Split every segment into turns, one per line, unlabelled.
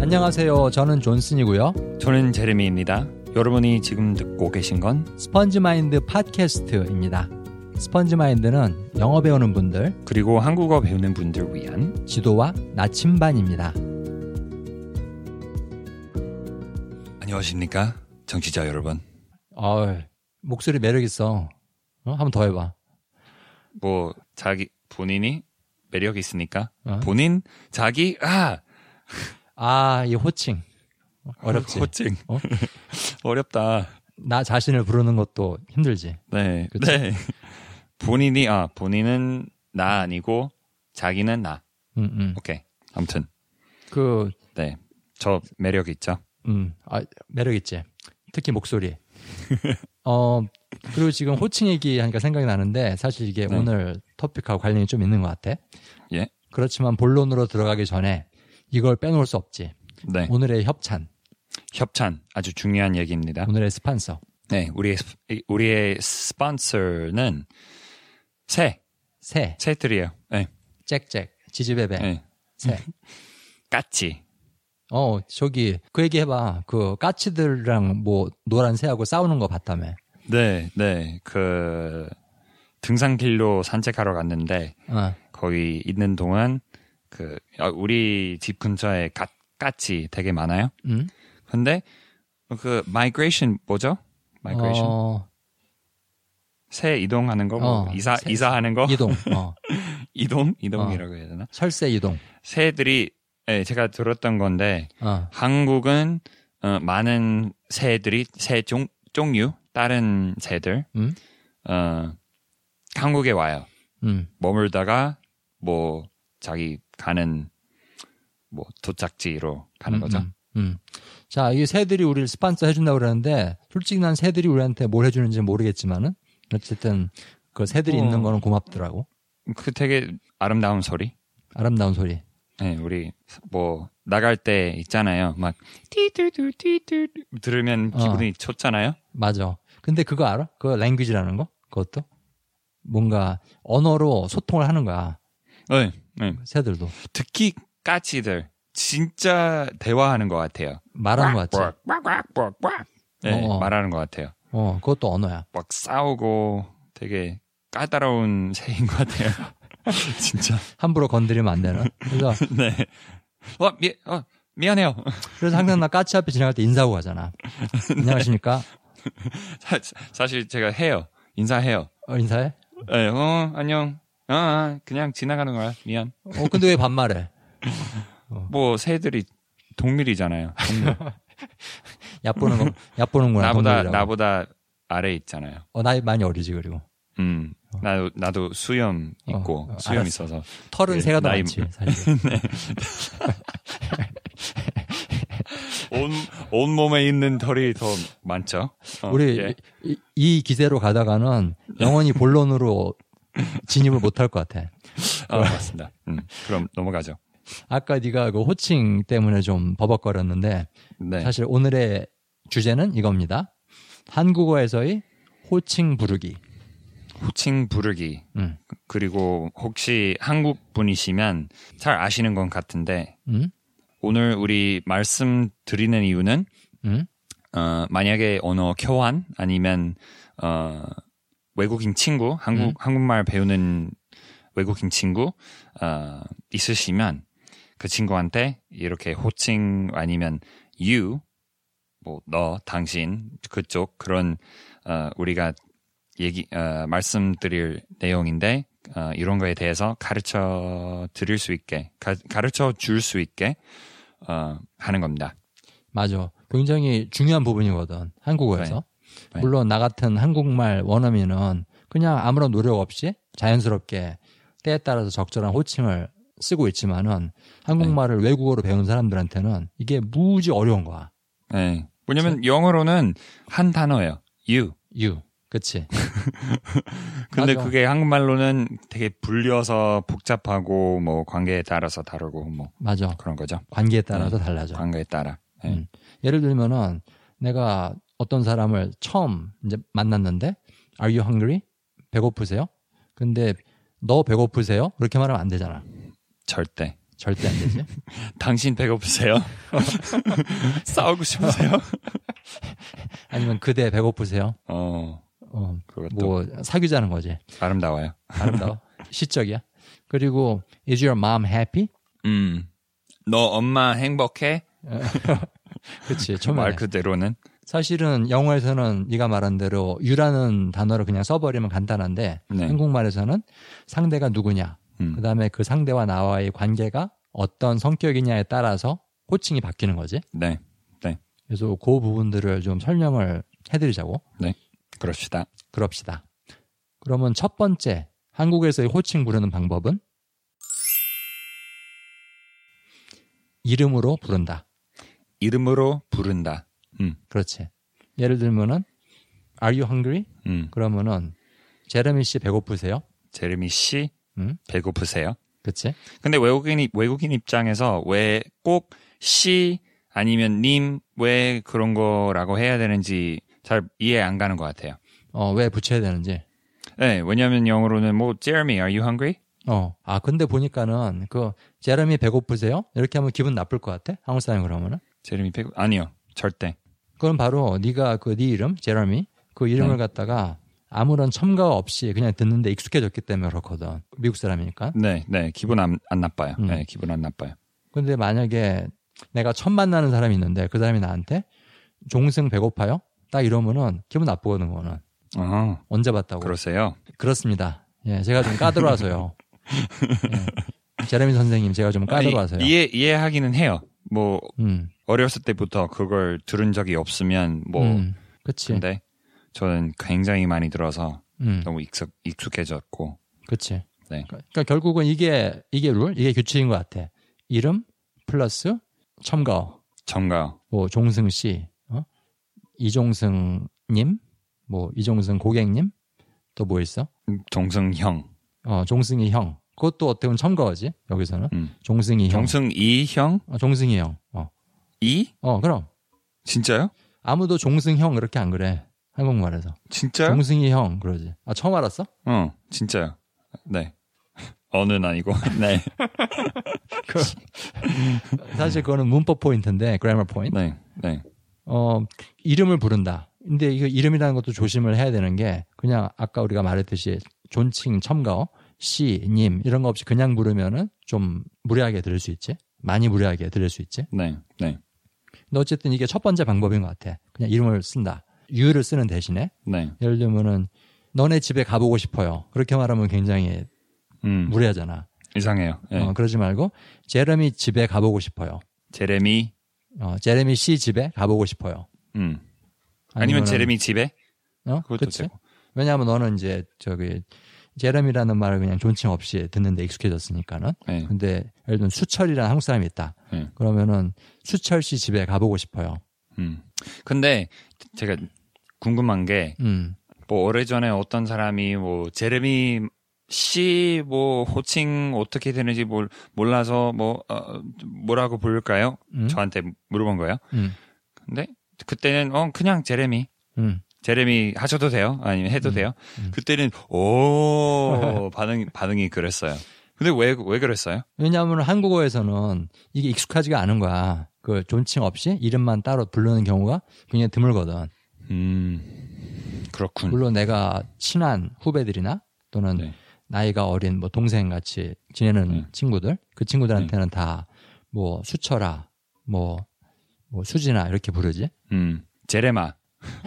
안녕하세요. 저는 존슨이고요.
저는 제레미입니다. 여러분이 지금 듣고 계신 건
스펀지 마인드 팟캐스트입니다. 스펀지 마인드는 영어 배우는 분들,
그리고 한국어 배우는 분들 위한
지도와 나침반입니다.
안녕하십니까 정치자 여러분.
어, 목소리 매력 있어. 어? 한번 더 해봐.
뭐 자기 본인이 매력 있으니까
어?
본인 자기 아
아, 이 호칭 어렵지.
아, 호칭
어?
어렵다.
나 자신을 부르는 것도 힘들지.
네,
그치?
네. 본인이 아 본인은 나 아니고 자기는 나.
음, 음.
오케이. 아무튼
그,
네. 저 매력 있죠.
음, 아, 매력 있지. 특히 목소리. 어, 그리고 지금 호칭 얘기하니까 생각이 나는데 사실 이게
네.
오늘 토픽하고 관련이 좀 있는 것 같아.
예.
그렇지만 본론으로 들어가기 전에 이걸 빼놓을 수 없지.
네.
오늘의 협찬,
협찬 아주 중요한 얘기입니다.
오늘의 스판서.
네, 우리의 스- 우리의 스폰서는 새
새,
새들이에요. 네,
잭잭, 지지배배,
네.
새.
까치.
어, 저기 그 얘기 해봐. 그 까치들랑 뭐 노란 새하고 싸우는 거 봤다며.
네, 네. 그 등산길로 산책하러 갔는데
어,
거기 있는 동안 그 아, 우리 집 근처에 까, 까치 되게 많아요.
응?
근데 그 migration 뭐죠? migration
어,
새 이동하는 거, 뭐
어,
이사
새-
이사하는 거,
이동, 어,
이동 이동이라고 해야 되나?
철새 이동.
새들이 네, 제가 들었던 건데
어,
한국은 어, 많은 새들이 새 종, 종류 다른 새들
음?
어, 한국에 와요.
음,
머물다가 뭐 자기 가는 뭐 도착지로 가는
음,
거죠.
음, 음. 자, 이 새들이 우리를 스판서 해준다고 그러는데 솔직히 난 새들이 우리한테 뭘 해주는지 모르겠지만은 어쨌든 그 새들이
어.
있는 거는 고맙더라고.
그 되게 아름다운 소리.
아름다운 소리.
네, 우리 뭐 나갈 때 있잖아요. 막 띠뚜뚜 띠뚜 들으면
어.
기분이 좋잖아요.
맞아. 근데 그거 알아? 그 랭귀지라는 거? 그것도? 뭔가 언어로 소통을 하는 거야.
네, 네.
새들도.
특히 까치들 진짜 대화하는 것 같아요.
말하는 거 같지?
네,
어.
말하는 것 같아요.
어, 그것도 언어야.
막 싸우고 되게 까다로운 새인 것 같아요. 진짜.
함부로 건드리면 안 되는. 그래서,
네. 어, 미, 어, 미안해요.
그래서 항상 나 까치 앞에 지나갈 때 인사하고 가잖아. 안녕하십니까?
사, 사실 제가 해요. 인사해요.
어, 인사해?
네, 어, 안녕. 아, 아, 그냥 지나가는 거야. 미안.
어, 근데 왜 반말해?
뭐, 새들이 동밀이잖아요. 동밀.
얕보는 거, 얕보는구나.
나보다,
건드리라고.
나보다 아래 있잖아요.
어, 나이 많이 어리지, 그리고.
음. 나, 나도 수염 있고,
어, 어,
수염
알았어.
있어서.
털은
예,
새가 더
나이-
많지, 사실.
온, 온몸에 있는 털이 더 많죠. 어,
우리
예.
이, 이 기세로 가다가는 영원히 본론으로 진입을 못 할 것 같아.
아, 맞습니다. 음, 그럼 넘어가죠.
아까 네가 그 호칭 때문에 좀 버벅거렸는데
네.
사실 오늘의 주제는 이겁니다. 한국어에서의 호칭 부르기.
호칭 부르기.
음.
그리고 혹시 한국 분이시면 잘 아시는 건 같은데
음?
오늘 우리 말씀 드리는 이유는
음?
어, 만약에 언어 교환 아니면 어, 외국인 친구 한국
음.
한국말 배우는 외국인 친구 어, 있으시면 그 친구한테 이렇게 호칭 아니면 you 뭐 너 당신 그쪽 그런 어, 우리가 얘기 어, 말씀드릴 내용인데 어, 이런 거에 대해서 가르쳐 드릴 수 있게 가, 가르쳐 줄 수 있게 어, 하는 겁니다.
맞아. 굉장히 중요한 부분이거든. 한국어에서.
네.
물론 나 같은 한국말 원어민은 그냥 아무런 노력 없이 자연스럽게 때에 따라서 적절한 호칭을 쓰고 있지만은 한국말을 외국어로 배운 사람들한테는 이게 무지 어려운 거야.
네. 왜냐면 영어로는 한 단어예요. you.
you. 그치?
근데
맞아.
그게 한국말로는 되게 불려서 복잡하고 뭐 관계에 따라서 다르고 뭐
맞아.
그런 거죠.
관계에 따라서
네.
달라져.
관계에 따라. 네.
음. 예를 들면은 내가 어떤 사람을 처음 이제 만났는데 Are you hungry? 배고프세요? 근데 너 배고프세요? 그렇게 말하면 안 되잖아.
절대.
절대 안 되지.
당신 배고프세요? 싸우고 싶으세요?
아니면 그대 배고프세요?
어,
어,
그것도
뭐 사귀자는 거지.
아름다워요.
아름다워. 시적이야. 그리고 is your mom happy?
음, 너 엄마 행복해?
그치.
말
초면에.
그대로는.
사실은 영어에서는 네가 말한 대로 you라는 단어를 그냥 써버리면 간단한데
네.
한국말에서는 상대가 누구냐,
음.
그 다음에 그 상대와 나와의 관계가 어떤 성격이냐에 따라서 호칭이 바뀌는 거지.
네,
그래서 그 부분들을 좀 설명을 해드리자고
그럽시다.
그럽시다. 그러면 첫 번째 한국에서의 호칭 부르는 방법은 이름으로 부른다.
이름으로 부른다. 음,
그렇지. 예를 들면은 Are you hungry?
음.
그러면은 제레미 씨 배고프세요?
제르미 씨
음,
배고프세요?
그치?
근데 외국인 입- 외국인 입장에서 왜 꼭 씨 아니면 님 왜 그런 거라고 해야 되는지 잘 이해 안 가는 것 같아요.
어, 왜 붙여야 되는지.
네, 왜냐하면 영어로는 뭐 Jeremy, are you hungry?
어, 아, 근데 보니까는 그 제레미 배고프세요? 이렇게 하면 기분 나쁠 것 같아? 한국 사람이 그러면은?
제르미 배고 아니요, 절대.
그건 바로 네가 그 네 이름 제러미 그 이름을
네.
갖다가 아무런 첨가 없이 그냥 듣는데 익숙해졌기 때문에 그렇거든 미국 사람이니까
네, 네, 기분 안, 안 나빠요.
음.
네, 기분 안 나빠요.
근데 만약에 내가 처음 만나는 사람이 있는데 그 사람이 나한테 종승 배고파요 딱 이러면은 기분 나쁘거든 그거는
어,
언제 봤다고
그러세요?
습니다 예 제가 좀 까다로워서요 예. 제레미 선생님 제가 좀 까다로워서요
아니, 이해 이해하기는 해요. 뭐
음,
어렸을 때부터 그걸 들은 적이 없으면 뭐
음, 그치
근데 저는 굉장히 많이 들어서
음.
너무 익숙 익숙해졌고
그치.
네.
그러니까 결국은 이게 이게 룰, 이게 규칙인 것 같아. 이름 플러스 첨가어.
정가요.
뭐 종승 씨, 어? 이종승님, 뭐 이종승 고객님, 또 뭐 있어?
동승형,
어, 종승이 형. 그것도 어떻게 보면 첨가어지 여기서는
음.
종승이 형,
정승이 형,
어, 종승이 형. 어,
이
어 그럼
진짜요?
아무도 종승 형 그렇게 안 그래 한국말에서
진짜요?
종승이 형 그러지. 아 처음 알았어?
어, 진짜요. 네. 어는 아니고. 네.
사실 그거는 문법 포인트인데 그래머 포인트.
네. 네.
어, 이름을 부른다. 근데 이거 이름이라는 것도 조심을 해야 되는 게 그냥 아까 우리가 말했듯이 존칭 첨가어 씨, 님 이런 거 없이 그냥 부르면은 좀 무례하게 들을 수 있지. 많이 무례하게 들을 수 있지.
네. 네.
근데 어쨌든 이게 첫 번째 방법인 것 같아. 그냥 이름을 쓴다. 유를 쓰는 대신에
네.
예를 들면은 너네 집에 가보고 싶어요. 그렇게 말하면 굉장히
음.
무례하잖아.
이상해요. 네.
어, 그러지 말고 제레미 집에 가보고 싶어요.
제레미.
어, 제레미 씨 집에 가보고 싶어요.
음. 아니면
아니면은-
제레미 집에?
어?
그것도
그치?
되고.
왜냐하면 너는 이제 저기 제럼이라는 말을 그냥 존칭 없이 듣는데 익숙해졌으니까는.
네.
근데 예를 들면 수철이라는 한국 사람이 있다.
네.
그러면은 수철 씨 집에 가보고 싶어요.
음. 근데 제가 궁금한 게
음,
뭐 오래전에 어떤 사람이 뭐 제레미 씨 뭐 호칭 어떻게 되는지 몰, 몰라서 뭐 어, 뭐라고 부를까요?
음,
저한테 물어본 거예요.
음,
근데 그때는 어 그냥 제레미
음,
제레미 하셔도 돼요. 아니면 해도
음,
돼요.
음.
그때는 오 반응 반응이 그랬어요. 근데 왜 왜 그랬어요?
왜냐하면 한국어에서는 이게 익숙하지가 않은 거야. 그 존칭 없이 이름만 따로 부르는 경우가 굉장히 드물거든.
음 그렇군.
물론 내가 친한 후배들이나 또는
네.
나이가 어린 뭐 동생 같이 지내는
네.
친구들 그 친구들한테는 다 뭐 수철아 뭐, 뭐 수진아 이렇게 부르지
음 제레마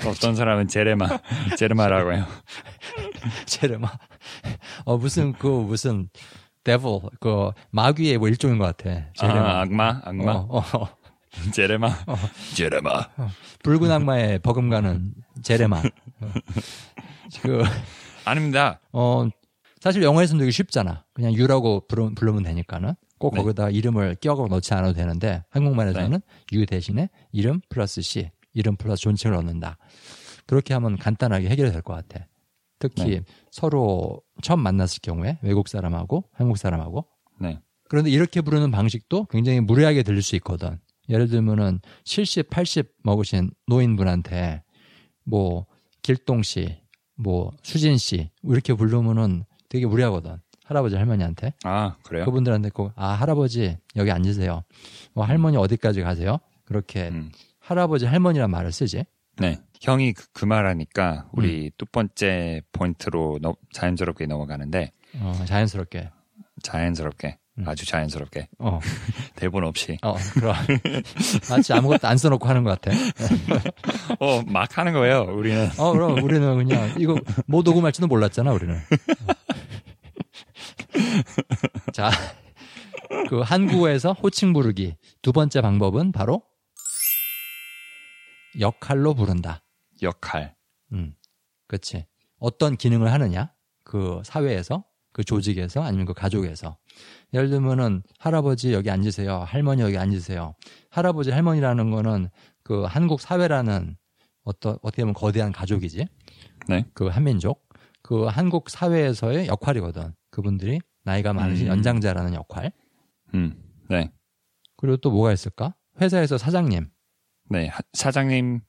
어떤 사람은 제레마 제레마라고 해요.
제레마 어 무슨 그 무슨 데볼 그 마귀의 뭐 일종인 것 같아
아,
제레마
악마 악마
어, 어, 어.
제레마 제레마
붉은 악마의 버금가는 제레마 어. 그,
아닙니다.
어, 사실 영어에서는 되게 쉽잖아 그냥 유라고 부르, 부르면 되니까는 꼭
네.
거기다 이름을 끼워 넣지 않아도 되는데 한국말에서는 유 대신에 이름 플러스 씨, 이름 플러스 존칭을 넣는다. 그렇게 하면 간단하게 해결이 될 것 같아.
네.
특히 서로 처음 만났을 경우에 외국 사람하고 한국 사람하고
네.
그런데 이렇게 부르는 방식도 굉장히 무례하게 들릴 수 있거든. 예를 들면은 70, 80 먹으신 노인분한테 뭐 길동 씨, 뭐 수진 씨 이렇게 부르면은 뭐 되게 무례하거든. 할아버지 할머니한테
아, 그래요?
그분들한테 꼭 아 할아버지 여기 앉으세요. 뭐 할머니 어디까지 가세요? 그렇게
음.
할아버지 할머니란 말을 쓰지.
네. 형이 그, 그 말하니까 우리
음.
두 번째 포인트로 넘- 자연스럽게 넘어가는데
어, 자연스럽게.
자연스럽게
음.
아주 자연스럽게
어,
대본 없이
어, 그럼 마치 아무것도 안 써놓고 하는 것 같아.
어 막 하는 거예요. 우리는
어, 그럼 우리는 그냥 이거 뭐 녹음할지도 몰랐잖아, 우리는. 자, 그 한국어에서 호칭 부르기 두 번째 방법은 바로 역할로 부른다.
역할
음, 그렇지. 어떤 기능을 하느냐? 그 사회에서, 그 조직에서, 아니면 그 가족에서. 예를 들면은 할아버지 여기 앉으세요. 할머니 여기 앉으세요. 할아버지 할머니라는 거는 그 한국 사회라는 어떤 어떻게 보면 거대한 가족이지.
네.
그 한민족. 그 한국 사회에서의 역할이거든. 그분들이 나이가 많으신
음.
연장자라는 역할.
음 네.
그리고 또 뭐가 있을까? 회사에서 사장님.
네, 하- 사장님.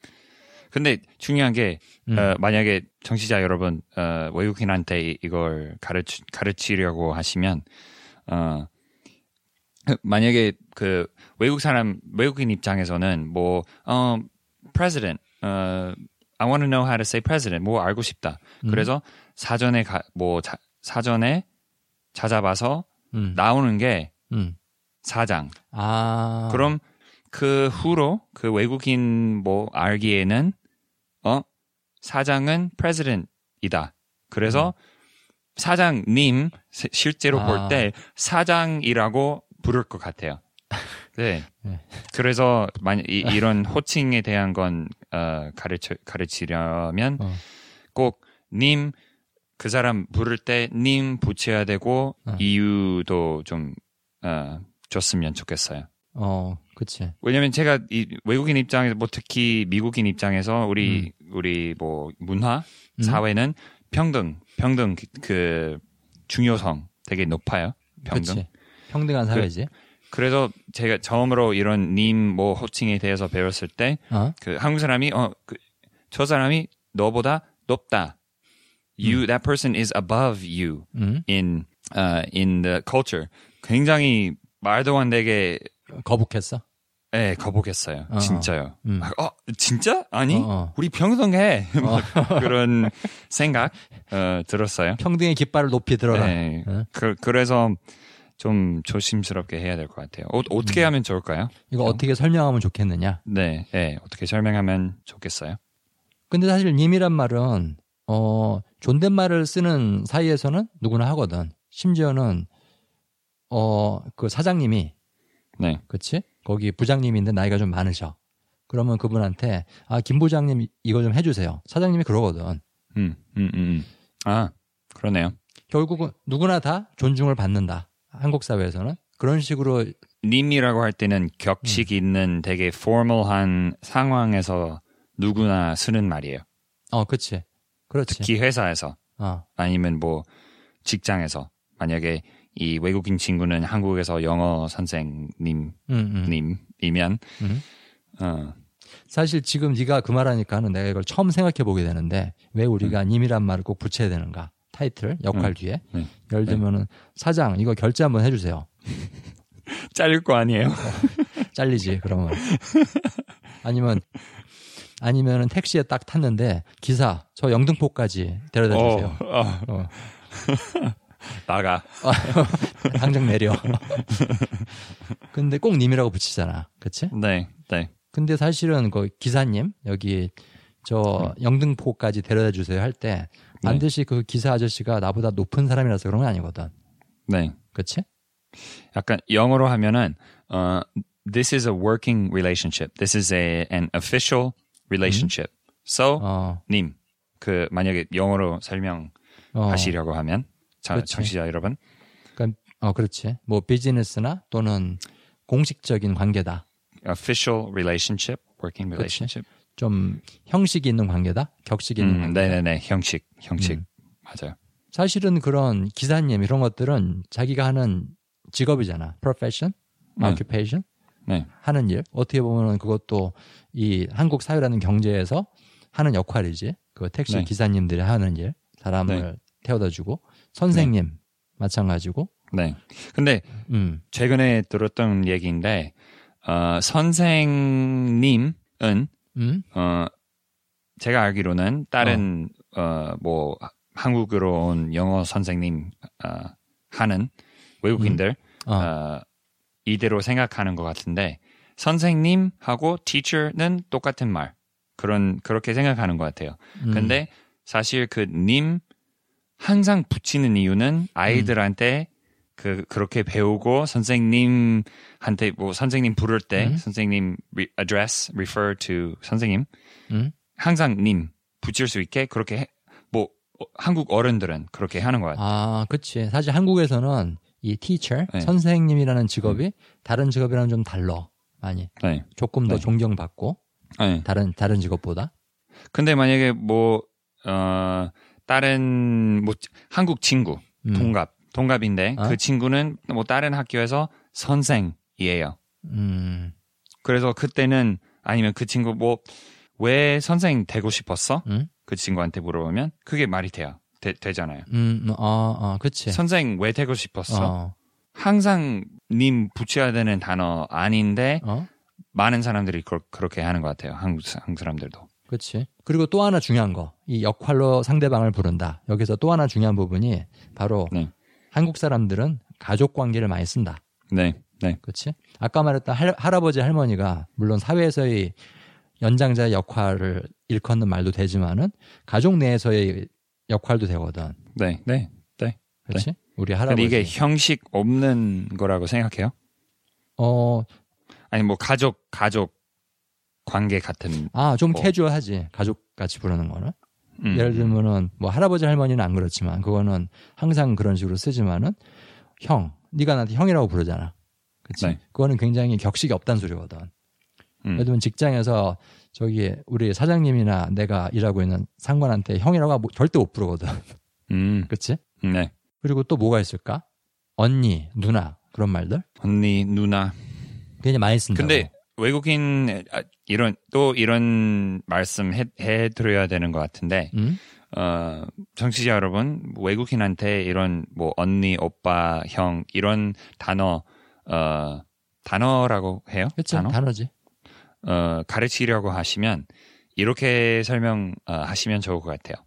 근데 중요한 게
음.
어, 만약에 정치자 여러분 어, 외국인한테 이- 이걸 가르치, 가르치려고 하시면 어, 만약에 그 외국 사람 외국인 입장에서는 뭐 어, president 어, I want to know how to say president 뭐 알고 싶다.
음.
그래서 사전에 가, 뭐 자- 사전에 찾아봐서
음.
나오는 게
음.
사장.
아.
그럼 그 후로 그 외국인 뭐 알기에는 어 사장은 프레지던이다. 그래서 사장님 시- 실제로
음. 아.
볼 때 사장이라고 부를 것 같아요. 네.
네.
그래서 만약 이, 이런 호칭에 대한 건 어, 가르쳐 가르치려면
어.
꼭 님 그 사람 부를 때 님 붙여야 되고
어.
이유도 좀 어, 줬으면 좋겠어요.
어, 그치.
왜냐면 제가 이 외국인 입장에서 뭐 특히 미국인 입장에서 우리 우리 뭐 문화
음.
사회는 평등 평등 그- 그 중요성 되게 높아요 평등
그치. 평등한 사회지.
그래서 제가 처음으로 이런 님 뭐 호칭에 대해서 배웠을 때 그
어?
한국 사람이 어 저 사람이 너보다 높다 you that person is above you
음.
in uh, in the culture 굉장히 말도 안 되게
거북했어?
예, 거북했어요.
어.
진짜요.
음.
아, 어, 진짜? 아니,
어, 어.
우리 평등해. 막 그런 생각 어, 들었어요.
평등의 깃발을 높이 들어라.
예,
어?
그, 그래서 좀 조심스럽게 해야 될 것 같아요. 어, 떻게
음.
하면 좋을까요?
이거 어떻게 설명하면 좋겠느냐.
네, 예, 어떻게 설명하면 좋겠어요?
근데 사실 님이란 말은 어 존댓말을 쓰는 사이에서는 누구나 하거든. 심지어는 어 그 사장님이
네,
그치? 거기 부장님인데 나이가 좀 많으셔. 그러면 그분한테 아 김 부장님 이거 좀 해주세요. 사장님이 그러거든.
음, 음, 음, 음. 아, 그러네요.
결국은 누구나 다 존중을 받는다. 한국 사회에서는 그런 식으로
님이라고 할 때는
음.
격식 있는 되게 포멀한 상황에서 누구나 쓰는 말이에요.
어 그치? 그렇지.
특히 회사에서.
어
아니면 뭐 직장에서 만약에 이 외국인 친구는 한국에서 영어 선생님이면
음, 음. 음.
어,
사실 지금 네가 그 말하니까는 내가 이걸 처음 생각해 보게 되는데 왜 우리가 님이란 말을 꼭 붙여야 되는가 타이틀 역할
음.
뒤에
네.
예를 들면은 사장 이거 결제 한번 해주세요
잘릴 거 아니에요?
잘리지 그러면 아니면 아니면은 택시에 딱 탔는데 기사 저 영등포까지 데려다 주세요
어, 어,
어.
나가 어.
당장 내려 근데 꼭 님이라고 붙이잖아 그치
네, 네,
근데 사실은 그 기사님 여기 저
네.
영등포까지 데려다 주세요 할 때 반드시 그 기사 아저씨가 나보다 높은 사람이라서 그런 건 아니거든.
네.
그치?
약간 영어로 하면은 어, this is a working relationship. This is a an official relationship. So
어.
님. 그 만약에 영어로 설명하시려고
어.
하면 자,
그렇지.
청취자 여러분
그러니까, 어, 그렇지. 뭐 비즈니스나 또는 공식적인 관계다.
official relationship, working
그렇지.
relationship.
좀 형식이 있는 관계다. 격식이 있는
음,
관계.
네네네 형식 형식
음.
맞아요
사실은 그런 기사님 이런 것들은 자기가 하는 직업이잖아. profession,
네.
occupation.
네
하는 일 어떻게 보면 그것도 이 한국 사회라는 경제에서 하는 역할이지 그 택시
네.
기사님들이 하는 일 사람을 태워다 주고 선생님 마찬가지고.
네. 근데
음.
최근에 들었던 얘기인데 어, 선생님은
음?
어, 제가 알기로는 다른 어. 뭐 한국으로 온 영어 선생님 어, 하는 외국인들
어.
어, 이대로 생각하는 것 같은데 선생님하고 teacher는 똑같은 말 그런 그렇게 생각하는 것 같아요.
음.
근데 사실 그 님 항상 붙이는 이유는 아이들한테 그 그렇게 배우고 선생님한테 뭐 선생님 부를 때
음.
선생님 re- address refer to 선생님
음?
항상 님 붙일 수 있게 그렇게 해- 뭐 어, 한국 어른들은 그렇게 하는 것 같아요.
아, 그치. 사실 한국에서는 이 teacher,
네. 음.
선생님이라는 직업이 다른 직업이랑 좀 달라. 많이.
네.
조금 더
네.
존경받고,
네.
다른, 다른 직업보다.
근데 만약에 뭐 어, 다른 뭐 한국 친구
음.
동갑 동갑인데
어?
그 친구는 뭐 다른 학교에서 선생이에요.
음,
그래서 그때는 아니면 그 친구 뭐 왜 선생 되고 싶었어?
음?
그 친구한테 물어보면 그게 말이 돼요. 되, 되잖아요.
음, 음, 아, 아, 그치.
선생 왜 되고 싶었어?
어,
항상 님 붙여야 되는 단어 아닌데
어,
많은 사람들이 그, 그렇게 하는 것 같아요. 한국, 사- 한국 사람들도.
그치. 그리고 또 하나 중요한 거. 이 역할로 상대방을 부른다. 여기서 또 하나 중요한 부분이 바로
네.
한국 사람들은 가족 관계를 많이 쓴다.
네, 네,
그렇지? 아까 말했던 할, 할아버지 할머니가 물론 사회에서의 연장자의 역할을 일컫는 말도 되지만은 가족 내에서의 역할도 되거든.
네, 네.
그렇지? 우리
근데
할아버지.
이게 형식 없는 거라고 생각해요?
어,
아니 뭐 가족 가족 관계 같은.
아, 좀
뭐.
캐주얼하지. 가족 같이 부르는 거는.
음.
예를 들면은 뭐 할아버지 할머니는 안 그렇지만 그거는 항상 그런 식으로 쓰지만은 형, 네가 나한테 형이라고 부르잖아. 그렇지?
네.
그거는 굉장히 격식이 없다는 소리거든.
음.
예를 들면 직장에서 저기 우리 사장님이나 내가 일하고 있는 상관한테 형이라고 뭐- 절대 못 부르거든.
음,
그치?
네.
그리고 또 뭐가 있을까? 언니, 누나 그런 말들
언니 누나
굉장히 많이 쓴다.
근데 외국인 아, 이런 또 이런 말씀 해, 해드려야 되는 것 같은데
음?
어, 정치자 여러분 외국인한테 이런 뭐 언니 오빠 형 이런 단어 어, 단어라고 해요
그치?
단어
단어? 지
어, 가르치려고 하시면 이렇게 설명하시면 좋을 것 같아요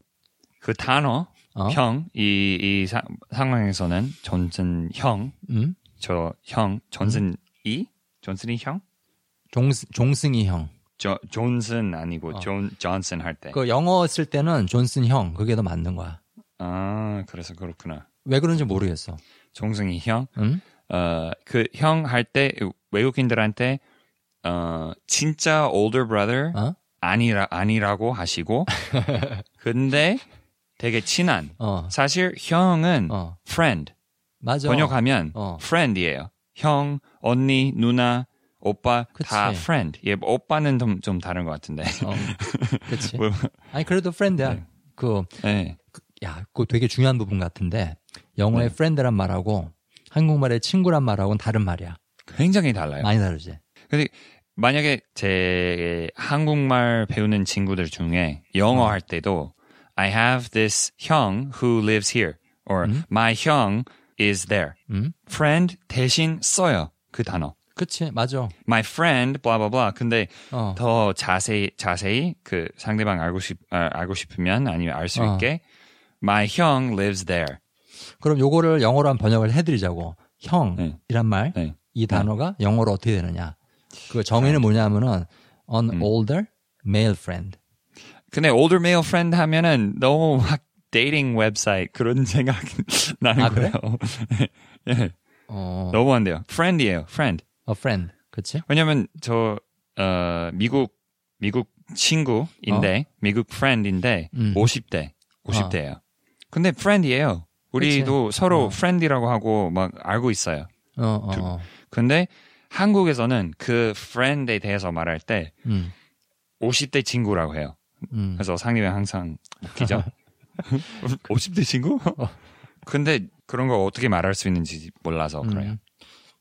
그 단어
어?
형이 이 사- 상황에서는 존슨
음?
형저형 존슨 이 존슨이 형
종, 종승이 형.
조, 존슨 아니고
어.
존 존슨 할 때.
그 영어 쓸 때는 존슨 형 그게 더 맞는 거야.
아 그래서 그렇구나.
왜 그런지 모르겠어.
종승이 형.
음?
어 그 형 할 때 외국인들한테 어 진짜 older brother
어?
아니라 아니라고 하시고 근데 되게 친한.
어.
사실 형은
어.
friend
맞아.
번역하면
어.
friend이에요. 형, 언니, 누나, 오빠 다
그치.
friend. 예, 뭐 오빠는 좀, 좀 다른 것 같은데.
어. 그치?
뭐-
아니 그래도 프렌드야.
네.
그
네.
야, 그거 되게 중요한 부분 같은데 영어의 friend란 말하고 한국말의 친구란 말하고는 다른 말이야.
굉장히 달라요.
많이 다르지.
만약에 제 한국말 배우는 친구들 중에 영어 할 때도 I have this 형 who lives here or
음?
my 형 is there.
음?
friend 대신 써요. 그 단어.
그치, 맞아.
my friend blah blah blah. 근데
어.
더 자세히 자세히 그 상대방 알고 싶 아, 알고 싶으면 아니면 알 수
어.
있게 my 형 lives there.
그럼 요거를 영어로 한 번역을 해드리자고.
네.
형이란 말,
네.
이 단어가 영어로 어떻게 되느냐. 그 정의는 뭐냐면은 an
음.
older male friend.
근데 older male friend 하면은 너무 막 데이팅 웹사이트 그런 생각 나는
아, 그래?
거예요. 예.
어,
너무 안 돼요. friend이에요. friend.
a friend. 그치?
왜냐면 저 어, 미국 미국 친구인데 미국 friend인데
음.
50대 50대예요. 근데 friend이에요. 우리도 서로
어.
friend이라고 하고 막 알고 있어요.
어, 어, 어.
근데 한국에서는 그 friend에 대해서 말할 때
음,
50대 친구라고 해요.
음.
그래서 상님이 항상 웃기죠. 50대 친구? 근데 그런 거 어떻게 말할 수 있는지 몰라서 그래요.
음.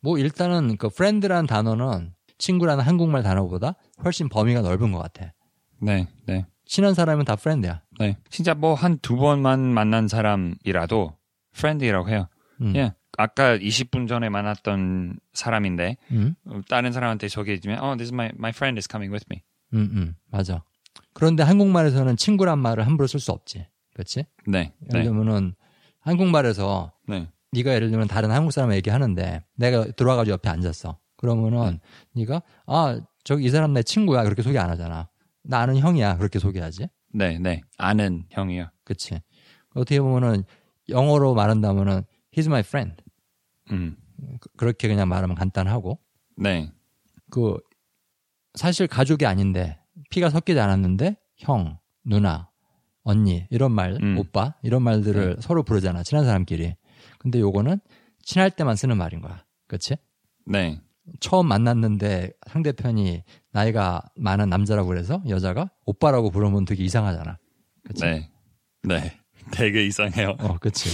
뭐 일단은 그 friend라는 단어는 친구라는 한국말 단어보다 훨씬 범위가 넓은 것 같아.
네, 네.
친한 사람은 다 friend야.
네. 진짜 뭐 한 두 번만 만난 사람이라도 friend이라고 해요.
음.
예. 아까 20분 전에 만났던 사람인데
음,
다른 사람한테 소개해주면 어, this is my my friend is coming with me.
음, 음, 맞아. 그런데 한국말에서는 친구란 말을 함부로 쓸 수 없지. 그렇지?
네.
예를
네.
들면은 한국말에서
네.
네가 예를 들면 다른 한국 사람 얘기하는데 내가 들어와가지고 옆에 앉았어. 그러면은 네가 아 저기 이 사람 내 친구야 그렇게 소개 안 하잖아. 나 아는 형이야 그렇게 소개하지.
네, 네. 아는 형이요.
그치? 어떻게 보면은 영어로 말한다면은 he's my friend
음.
그- 그렇게 그냥 말하면 간단하고
네.
그 사실 가족이 아닌데 피가 섞이지 않았는데 형, 누나, 언니 이런 말,
음.
오빠 이런 말들을 서로 부르잖아 친한 사람끼리. 근데 요거는 친할 때만 쓰는 말인 거야. 그치?
네.
처음 만났는데 상대편이 나이가 많은 남자라고 그래서 여자가 오빠라고 부르면 되게 이상하잖아. 그치?
네. 네. 되게 이상해요.
어, 그치.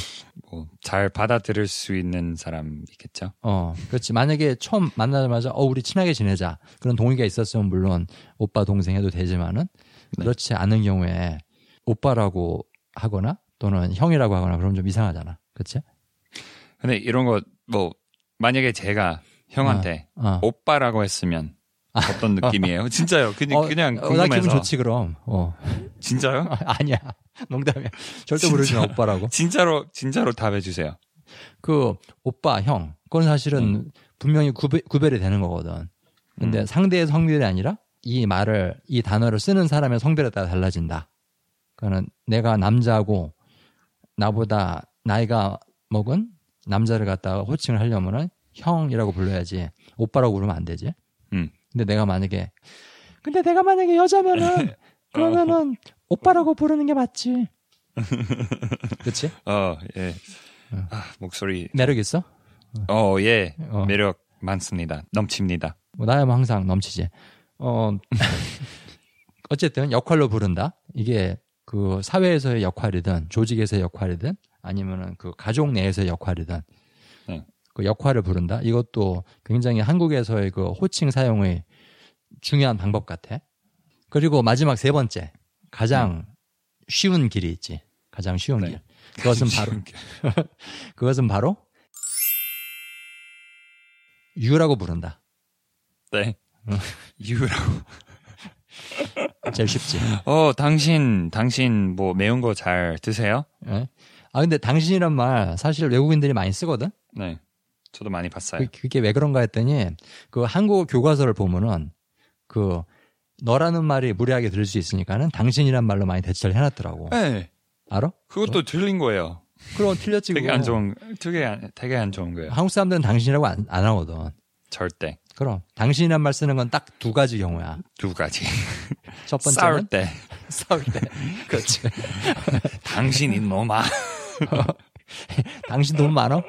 뭐잘 받아들일 수 있는 사람이겠죠.
어, 그렇지. 만약에 처음 만나자마자 어 우리 친하게 지내자 그런 동의가 있었으면 물론 오빠 동생 해도 되지만은
네.
그렇지 않은 경우에 오빠라고 하거나 또는 형이라고 하거나 그러면 좀 이상하잖아. 그렇지?
근데 이런 거 뭐 만약에 제가 형한테
어.
오빠라고 했으면 어떤 느낌이에요? 진짜요? 그냥 그냥
어, 나
궁금해서.
기분 좋지 그럼. 어.
진짜요?
아, 아니야. 농담이야. 절대
진짜?
부르지 마 오빠라고.
진짜로 진짜로 답해 주세요.
그 오빠 형 그건 사실은 분명히 구배, 구별이 되는 거거든. 근데
음.
상대의 성별이 아니라 이 말을 이 단어를 쓰는 사람의 성별에 따라 달라진다. 그러니까는 내가 남자고 나보다 나이가 먹은 남자를 갖다가 호칭을 하려면은 형이라고 불러야지 오빠라고 부르면 안 되지.
음.
근데 내가 만약에 근데 내가 만약에
어.
여자면은 그러면은 오빠라고 부르는 게 맞지. 그렇지?
어,
네.
예. 아, 목소리.
매력 있어?
어, 예.
어.
매력 많습니다. 넘칩니다.
뭐 나야 뭐 항상 넘치지. 어 어쨌든 역할로 부른다. 이게 그 사회에서의 역할이든 조직에서의 역할이든 아니면은 그 가족 내에서의 역할이든
네.
그 역할을 부른다. 이것도 굉장히 한국에서의 그 호칭 사용의 중요한 방법 같아. 그리고 마지막 세 번째 가장 쉬운 길이 있지. 가장 쉬운
네.
길. 그것은 바로 그것은 바로 유라고 부른다.
네.
어.
유라고.
제일 쉽지.
어, 당신 당신 뭐 매운 거 잘 드세요?
예? 아 근데 당신이란 말 사실 외국인들이 많이 쓰거든.
네. 저도 많이 봤어요.
그, 그게 왜 그런가 했더니 그 한국어 교과서를 보면은 그 너라는 말이 무례하게 들릴 수 있으니까는 당신이란 말로 많이 대체를 해놨더라고.
네.
알아?
그것도 틀린 거예요.
그럼 틀렸지.
되게
그거.
안 좋은 되게 안, 되게 안 좋은 거예요.
한국 사람들은 당신이라고 안, 안 하거든.
절대
그럼 당신이란 말 쓰는 건 딱 두 가지 경우야.
두 가지.
첫
싸울
번째는
때
싸울 때. 그렇지.
당신 이놈아.
당신 돈 많아?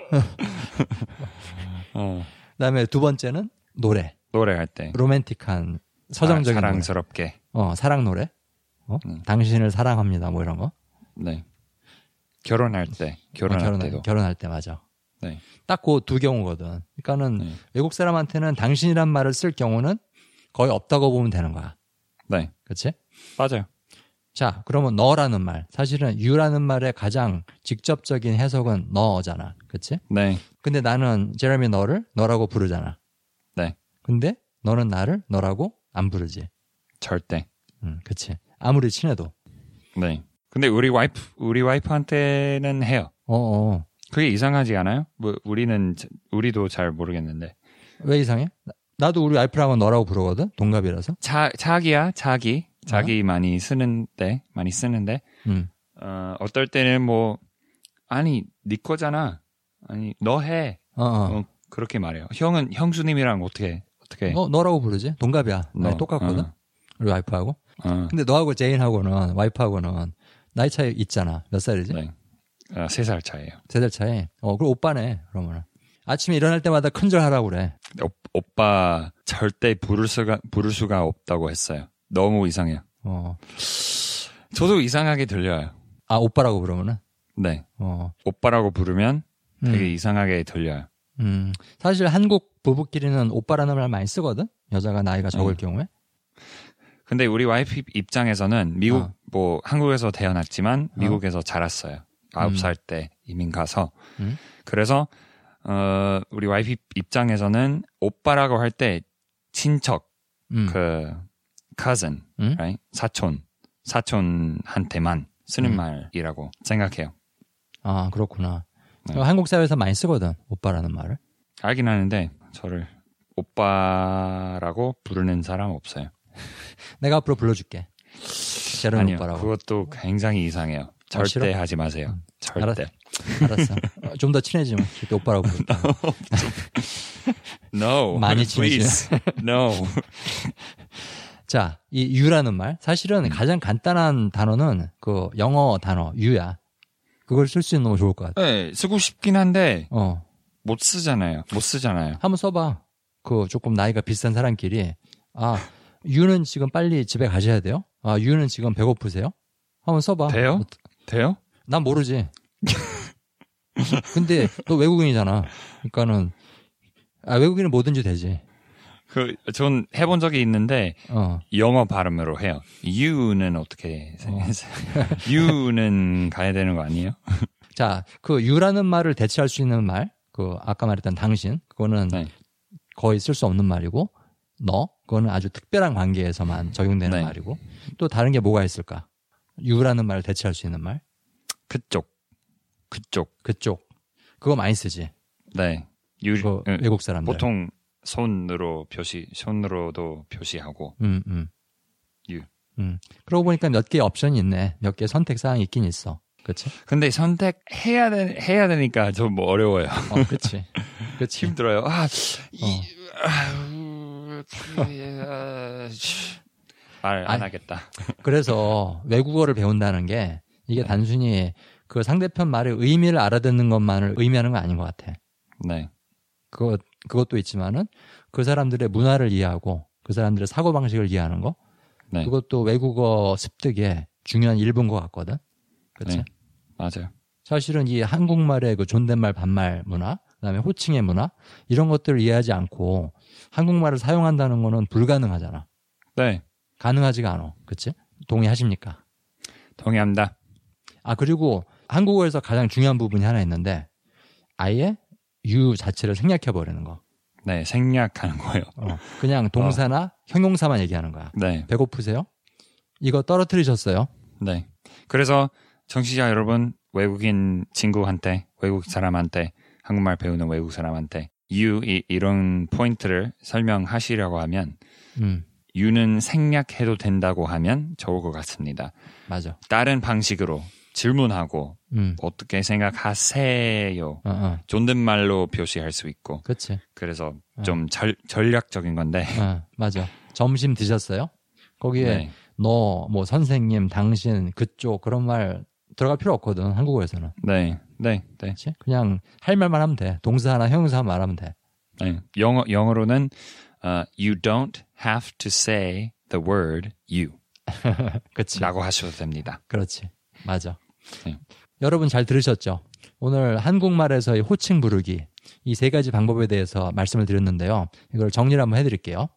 어.
그다음에 두 번째는 노래.
노래할 때 아,
로맨틱한 서정적인
사-
노래.
사랑스럽게.
어, 사랑 노래. 어?
음.
당신을 사랑합니다. 뭐 이런 거.
네. 결혼할 때 결혼할 때도.
결혼할 때 맞아.
네.
딱 그 두 경우거든. 그러니까는
네.
외국 사람한테는 당신이란 말을 쓸 경우는 거의 없다고 보면 되는 거야.
네.
그렇지?
맞아요.
자, 그러면 너라는 말. 사실은 you라는 말의 가장 직접적인 해석은 너잖아. 그렇지?
네.
근데 나는 제레미 너를 너라고 부르잖아.
네.
근데 너는 나를 너라고 안 부르지.
절대.
음, 그렇지. 아무리 친해도.
네. 근데 우리 와이프 우리 와이프한테는 해요.
어, 어.
그게 이상하지 않아요? 뭐 우리는 자- 우리도 잘 모르겠는데.
왜 이상해? 나- 나도 우리 와이프랑은 너라고 부르거든. 동갑이라서.
자 자기야 자기
네.
자기 많이 쓰는데 많이 쓰는데
음.
어, 어떨 때는 뭐 아니 네 거잖아. 아니 너해
어, 어.
어, 그렇게 말해요. 형은 형수님이랑 어떻게 어떻게?
어, 너라고 부르지? 동갑이야. 나이
예. 너,
똑같거든.
어,
우리 와이프하고.
어,
근데 너하고 제인하고는 와이프하고는 나이 차이 있잖아. 몇 살이지?
네. 어, 세살 차이예요.
세 살 차이. 어, 그럼 오빠네. 그러면은 아침에 일어날 때마다 큰절하라고 그래.
근데 오, 오빠 절대 부를 수가 부를 수가 없다고 했어요. 너무 이상해요.
어.
저도 이상하게 들려요.
아, 오빠라고 부르면은
네.
어.
오빠라고 부르면
음.
되게 이상하게 들려요.
음. 사실 한국 부부끼리는 오빠라는 말 많이 쓰거든. 여자가 나이가 적을
음.
경우에.
근데 우리 와이프 입장에서는 미국
어.
뭐 한국에서 태어났지만 미국에서 자랐어요.
아.
아홉
음.
살 때 이민 가서
음.
그래서 어, 우리 와이프 입장에서는 오빠라고 할 때 친척
음.
그 cousin,
음?
right? 사촌 사촌한테만 쓰는
음.
말이라고 생각해요.
아, 그렇구나.
네.
한국 사회에서 많이 쓰거든. 오빠라는 말을.
알긴 하는데 저를 오빠라고 부르는 사람 없어요.
내가 앞으로 불러줄게. 제롬
아니요,
오빠라고.
그것도 굉장히 이상해요.
아, 싫어?
절대 하지 마세요. 절대.
알았어. 좀 더 친해지면 그때 오빠라고 부를게.
No.
많이
please. No.
자, 이 유라는 말. 사실은
음.
가장 간단한 단어는 그 영어 단어 유야. 그걸 쓸 수 있는 거 좋을 것 같아.
네, 쓰고 싶긴 한데
어.
못 쓰잖아요. 못 쓰잖아요.
한번 써봐. 그 조금 나이가 비싼 사람끼리 아 유는 지금 빨리 집에 가셔야 돼요. 아 유는 지금 배고프세요? 한번 써봐. 어,
돼요? 돼요?
난 모르지. 근데 너 외국인이잖아. 그러니까는 아 외국인은 뭐든지 되지.
그, 전 해본 적이 있는데
어.
영어 발음으로 해요. You는 어떻게 생각하세요? You는 가야 되는 거 아니에요?
자, 그 유라는 말을 대체할 수 있는 말, 그 아까 말했던 당신, 그거는
네.
거의 쓸 수 없는 말이고, 너, 그거는 아주 특별한 관계에서만 적용되는
네.
말이고, 또 다른 게 뭐가 있을까? 유라는 말을 대체할 수 있는 말,
그쪽. 그쪽.
그쪽, 그거 많이 쓰지.
네. 유,
그
응,
외국 사람들.
보통 손으로 표시, 손으로도 표시하고.
음, 음.
유.
음. 그러고 보니까 몇 개의 옵션이 있네. 몇 개의 선택 사항이 있긴 있어. 그치?
근데 선택해야 되, 해야 되니까 좀뭐 어려워요.
어, 그치. 그치.
힘들어요. 아, 이, 아우, 그, 아, 말안
아니.
하겠다.
그래서 외국어를 배운다는 게
네.
이게 단순히 그 상대편 말의 의미를 알아듣는 것만을 의미하는 건 아닌 것 같아.
네.
그거 그것도 있지만은 그 사람들의 문화를 이해하고 그 사람들의 사고 방식을 이해하는 거
네.
그것도 외국어 습득의 중요한 일부인 것 같거든. 그렇지?
네. 맞아요.
사실은 이 한국말의 그 존댓말 반말 문화, 그다음에 호칭의 문화 이런 것들을 이해하지 않고 한국말을 사용한다는 거는 불가능하잖아.
네.
가능하지가 않아. 그렇지? 동의하십니까?
동의합니다.
아 그리고 한국어에서 가장 중요한 부분이 하나 있는데 아예 유 자체를 생략해 버리는 거.
네. 생략하는 거예요.
어, 그냥 동사나 형용사만 얘기하는 거야.
네.
배고프세요? 이거 떨어뜨리셨어요?
네. 그래서 정치자 여러분, 외국인 친구한테, 외국 사람한테, 한국말 배우는 외국 사람한테, you 이, 이런 포인트를 설명하시려고 하면,
음
you는 생략해도 된다고 하면 좋을 것 같습니다.
맞아.
다른 방식으로 질문하고
음
어떻게 생각하세요?
어, 어.
존댓말로 표시할 수 있고
그치.
그래서 좀 절, 전략적인 건데
어, 맞아. 점심 드셨어요? 거기에
네.
너 뭐 선생님, 당신, 그쪽 그런 말 들어갈 필요 없거든 한국어에서는.
네, 네, 네,
그치? 그냥 할 말만 하면 돼. 동사 하나 형용사 만 하면 돼.
네. 영어 영어로는 어, you don't have to say the word you라고
그치.
하셔도 됩니다.
그렇지. 맞아.
네.
여러분 잘 들으셨죠? 오늘 한국말에서의 호칭 부르기 이 세 가지 방법에 대해서 말씀을 드렸는데요. 이걸 정리를 한번 해드릴게요.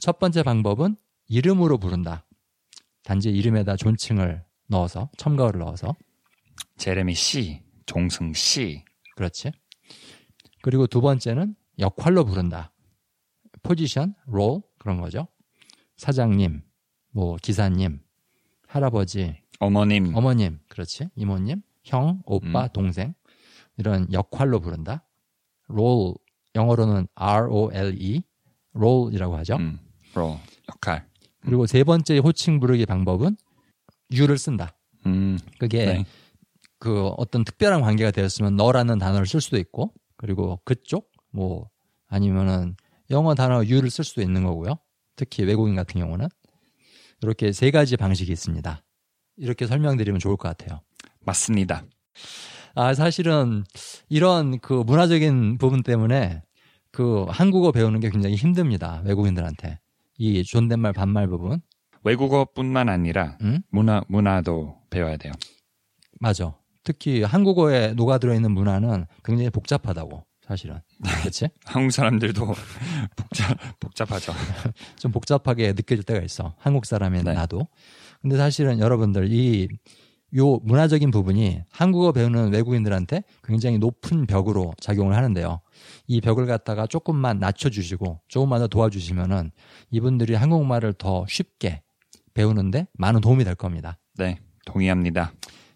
첫 번째 방법은 이름으로 부른다. 단지 이름에다 존칭을 넣어서 첨가어를 넣어서
제레미 씨, 종승 씨,
그렇지. 그리고 두 번째는 역할로 부른다. 포지션, 롤 그런 거죠. 사장님, 뭐 기사님, 할아버지,
어머님,
어머님, 그렇지. 이모님, 형, 오빠,
음.
동생. 이런 역할로 부른다. 롤, 영어로는 E, R-O-L-E, 롤이라고 하죠.
음, 로 역할,
그리고 세 번째 호칭 부르기 방법은 you를 쓴다.
음,
그게
네,
그 어떤 특별한 관계가 되었으면 너라는 단어를 쓸 수도 있고, 그리고 그쪽, 뭐, 아니면은 영어 단어 you를 쓸 수도 있는 거고요. 특히 외국인 같은 경우는. 이렇게 세 가지 방식이 있습니다. 이렇게 설명드리면 좋을 것 같아요.
맞습니다.
아, 사실은 이런 그 문화적인 부분 때문에 그 한국어 배우는 게 굉장히 힘듭니다. 외국인들한테. 이 존댓말 반말 부분.
외국어뿐만 아니라
음?
문화 문화도 배워야 돼요.
맞아. 특히 한국어에 녹아들어 있는 문화는 굉장히 복잡하다고. 사실은. 그렇지?
한국 사람들도 복잡 복잡하죠.
좀 복잡하게 느껴질 때가 있어. 한국 사람인
네.
나도. 근데 사실은 여러분들 이 요 문화적인 부분이 한국어 배우는 외국인들한테 굉장히 높은 벽으로 작용을 하는데요. 이 벽을 갖다가 조금만 낮춰주시고 조금만 더 도와주시면은 이분들이 한국말을 더 쉽게 배우는데 많은 도움이 될 겁니다.
네, 동의합니다.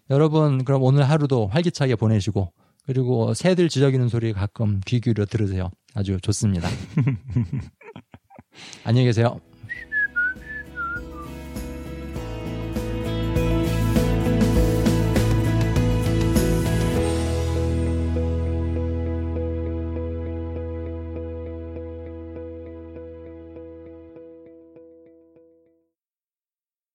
여러분 그럼 오늘 하루도 활기차게 보내시고 그리고 새들 지저귀는 소리 가끔 귀 기울여 들으세요. 아주 좋습니다. 안녕히 계세요.